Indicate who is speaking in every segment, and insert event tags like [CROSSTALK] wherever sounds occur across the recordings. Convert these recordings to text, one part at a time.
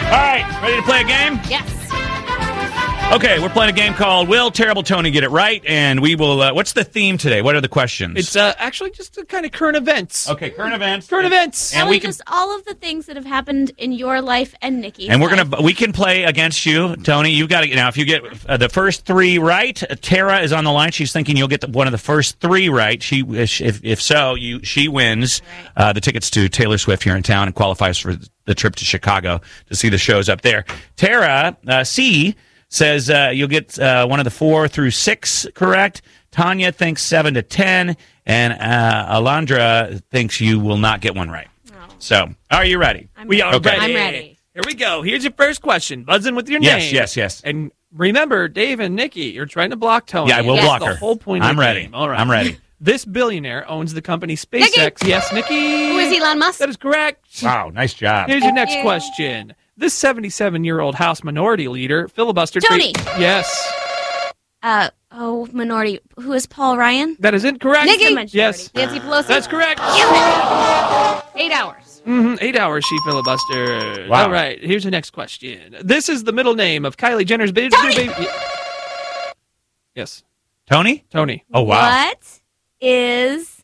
Speaker 1: All right, ready to play a game?
Speaker 2: Yes.
Speaker 1: Okay, we're playing a game called Will Terrible Tony Get It Right? And we will. Uh, what's the theme today? What are the questions?
Speaker 3: It's uh, actually just a kind of current events.
Speaker 1: okay, current events.
Speaker 3: Current events.
Speaker 1: And
Speaker 2: Tell
Speaker 1: we
Speaker 2: me
Speaker 1: can-
Speaker 2: just all of the things that have happened in your life and Nikki's.
Speaker 1: And we're
Speaker 2: life.
Speaker 1: gonna we can play against you, Tony. You got to now. If you get uh, the first three right, uh, Tara is on the line. She's thinking you'll get the, one of the first three right. She uh, if if so, you she wins uh, the tickets to Taylor Swift here in town and qualifies for the trip to Chicago to see the shows up there. Tara uh, C says uh, you'll get uh, one of the four through six correct. Tanya thinks seven to ten, and uh, Alondra thinks you will not get one right. So, are you ready?
Speaker 2: I'm
Speaker 3: We are
Speaker 1: Okay.
Speaker 3: ready.
Speaker 2: I'm ready.
Speaker 3: Here we go. Here's your first question. Buzz in with your
Speaker 1: Yes,
Speaker 3: name.
Speaker 1: yes, yes.
Speaker 3: And remember, Dave and Nikki, you're trying to block Tony.
Speaker 1: Yeah, I will
Speaker 3: Oh, That's
Speaker 1: block
Speaker 3: the
Speaker 1: her.
Speaker 3: whole point. of
Speaker 1: I'm
Speaker 3: the
Speaker 1: ready.
Speaker 3: game. All right.
Speaker 1: I'm
Speaker 3: [LAUGHS]
Speaker 1: ready.
Speaker 3: This billionaire owns the company SpaceX. Yes, Nikki.
Speaker 2: Who is Elon Musk?
Speaker 3: That is correct.
Speaker 1: Wow, nice job.
Speaker 3: Here's your next
Speaker 2: you.
Speaker 3: question. This 77 year old House Minority Leader filibustered.
Speaker 2: Tony.
Speaker 3: yes.
Speaker 2: Uh, oh, minority. Who is Paul Ryan?
Speaker 3: That is incorrect.
Speaker 2: Nikki. The majority.
Speaker 3: Yes.
Speaker 2: Nancy Pelosi.
Speaker 3: That's correct.
Speaker 2: Eight hours.
Speaker 3: hmm Eight hours she filibustered.
Speaker 1: Wow.
Speaker 3: All right. Here's the next question. This is the middle name of Kylie Jenner's baby. baby. Yes,
Speaker 1: Tony?
Speaker 3: Tony.
Speaker 1: Oh wow.
Speaker 2: What is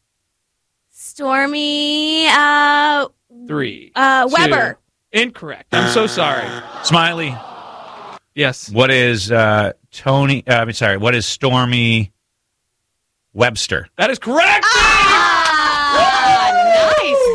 Speaker 2: Stormy uh,
Speaker 3: Three.
Speaker 2: uh,
Speaker 3: two.
Speaker 2: Weber?
Speaker 3: Incorrect. I'm so sorry.
Speaker 1: Smiley.
Speaker 3: Yes.
Speaker 1: What is uh Tony uh, I'm sorry, what is Stormy Webster?
Speaker 3: That is correct.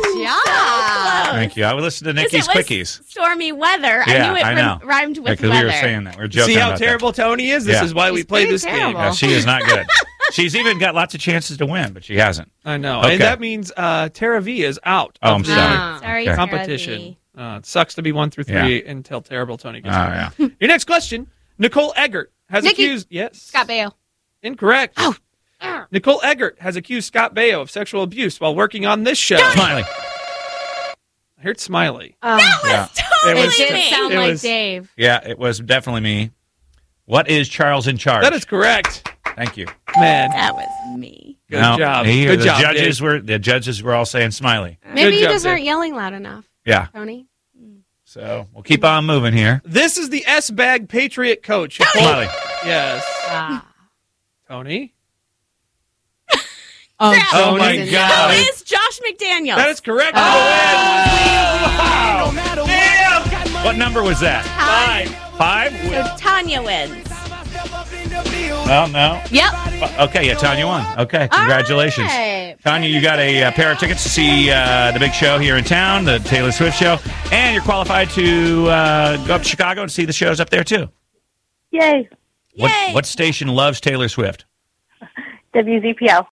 Speaker 2: Ah, nice Ah! job.
Speaker 1: Thank you. I would listen to
Speaker 2: Because
Speaker 1: Nikki's
Speaker 2: it was
Speaker 1: Quickies.
Speaker 2: Stormy weather.
Speaker 1: Yeah,
Speaker 2: I knew it
Speaker 1: I know.
Speaker 2: rhymed- rhymed with
Speaker 1: Because we
Speaker 2: weather.
Speaker 1: were saying that. We are joking
Speaker 3: See how
Speaker 1: about that.
Speaker 3: terrible Tony is? This
Speaker 1: Yeah.
Speaker 3: is why we
Speaker 2: He's
Speaker 3: play
Speaker 2: pretty
Speaker 3: this
Speaker 2: terrible.
Speaker 3: game.
Speaker 1: Yeah, she is not
Speaker 3: [LAUGHS]
Speaker 1: good. She's even got lots of chances to win, but she hasn't.
Speaker 3: I know.
Speaker 1: Okay.
Speaker 3: And that means uh, Tara V is out.
Speaker 1: Oh,
Speaker 3: of
Speaker 1: I'm
Speaker 3: the
Speaker 1: sorry.
Speaker 2: Sorry,
Speaker 1: Okay.
Speaker 2: Tara
Speaker 3: Competition.
Speaker 2: V.
Speaker 3: Uh, it sucks to be one through three until terrible Tony
Speaker 1: Oh
Speaker 3: gets out.
Speaker 1: yeah.
Speaker 3: Your next question. Nicole Eggert has
Speaker 2: Nikki.
Speaker 3: accused. Yes.
Speaker 4: Scott Baio.
Speaker 3: Incorrect.
Speaker 2: Oh.
Speaker 3: Nicole Eggert has accused Scott Baio of sexual abuse while working on this show. [LAUGHS]
Speaker 1: Smiley.
Speaker 3: I heard Smiley.
Speaker 1: Yeah.
Speaker 3: It
Speaker 4: It
Speaker 3: was-
Speaker 4: didn't sound
Speaker 3: it
Speaker 4: like
Speaker 3: was-
Speaker 4: Dave.
Speaker 1: yeah, it was definitely me. What is Charles in charge?
Speaker 3: That is correct.
Speaker 1: Thank you.
Speaker 3: Man,
Speaker 2: That was me.
Speaker 3: good
Speaker 1: No,
Speaker 3: job.
Speaker 1: he-
Speaker 3: Good
Speaker 1: the
Speaker 3: job.
Speaker 1: judges
Speaker 3: Dave.
Speaker 1: were the judges were all saying Smiley.
Speaker 4: Maybe you
Speaker 3: job,
Speaker 4: just
Speaker 3: Dave.
Speaker 4: aren't yelling loud enough,
Speaker 1: Yeah.
Speaker 4: Tony.
Speaker 1: So we'll keep on moving here.
Speaker 3: This is the S bag Patriot coach. who pulled-
Speaker 1: Smiley.
Speaker 3: Yes.
Speaker 4: [LAUGHS] Ah.
Speaker 3: Tony.
Speaker 4: Oh,
Speaker 1: Oh my
Speaker 4: Tony's in-
Speaker 1: God.
Speaker 2: Who is Josh McDaniel?
Speaker 3: That is correct.
Speaker 1: Oh. Wow. Damn. What number was that?
Speaker 2: Five.
Speaker 1: Five?
Speaker 2: So Tanya wins.
Speaker 1: Well, no.
Speaker 2: Yep.
Speaker 1: Okay, yeah, Tanya won. Okay, congratulations.
Speaker 4: All right.
Speaker 1: Tanya, you got a uh, pair of tickets to see uh, the big show here in town, the Taylor Swift show, and you're qualified to uh, go up to Chicago and see the shows up there too.
Speaker 5: Yay.
Speaker 1: What,
Speaker 2: Yay.
Speaker 1: what station loves Taylor Swift?
Speaker 5: WZPL.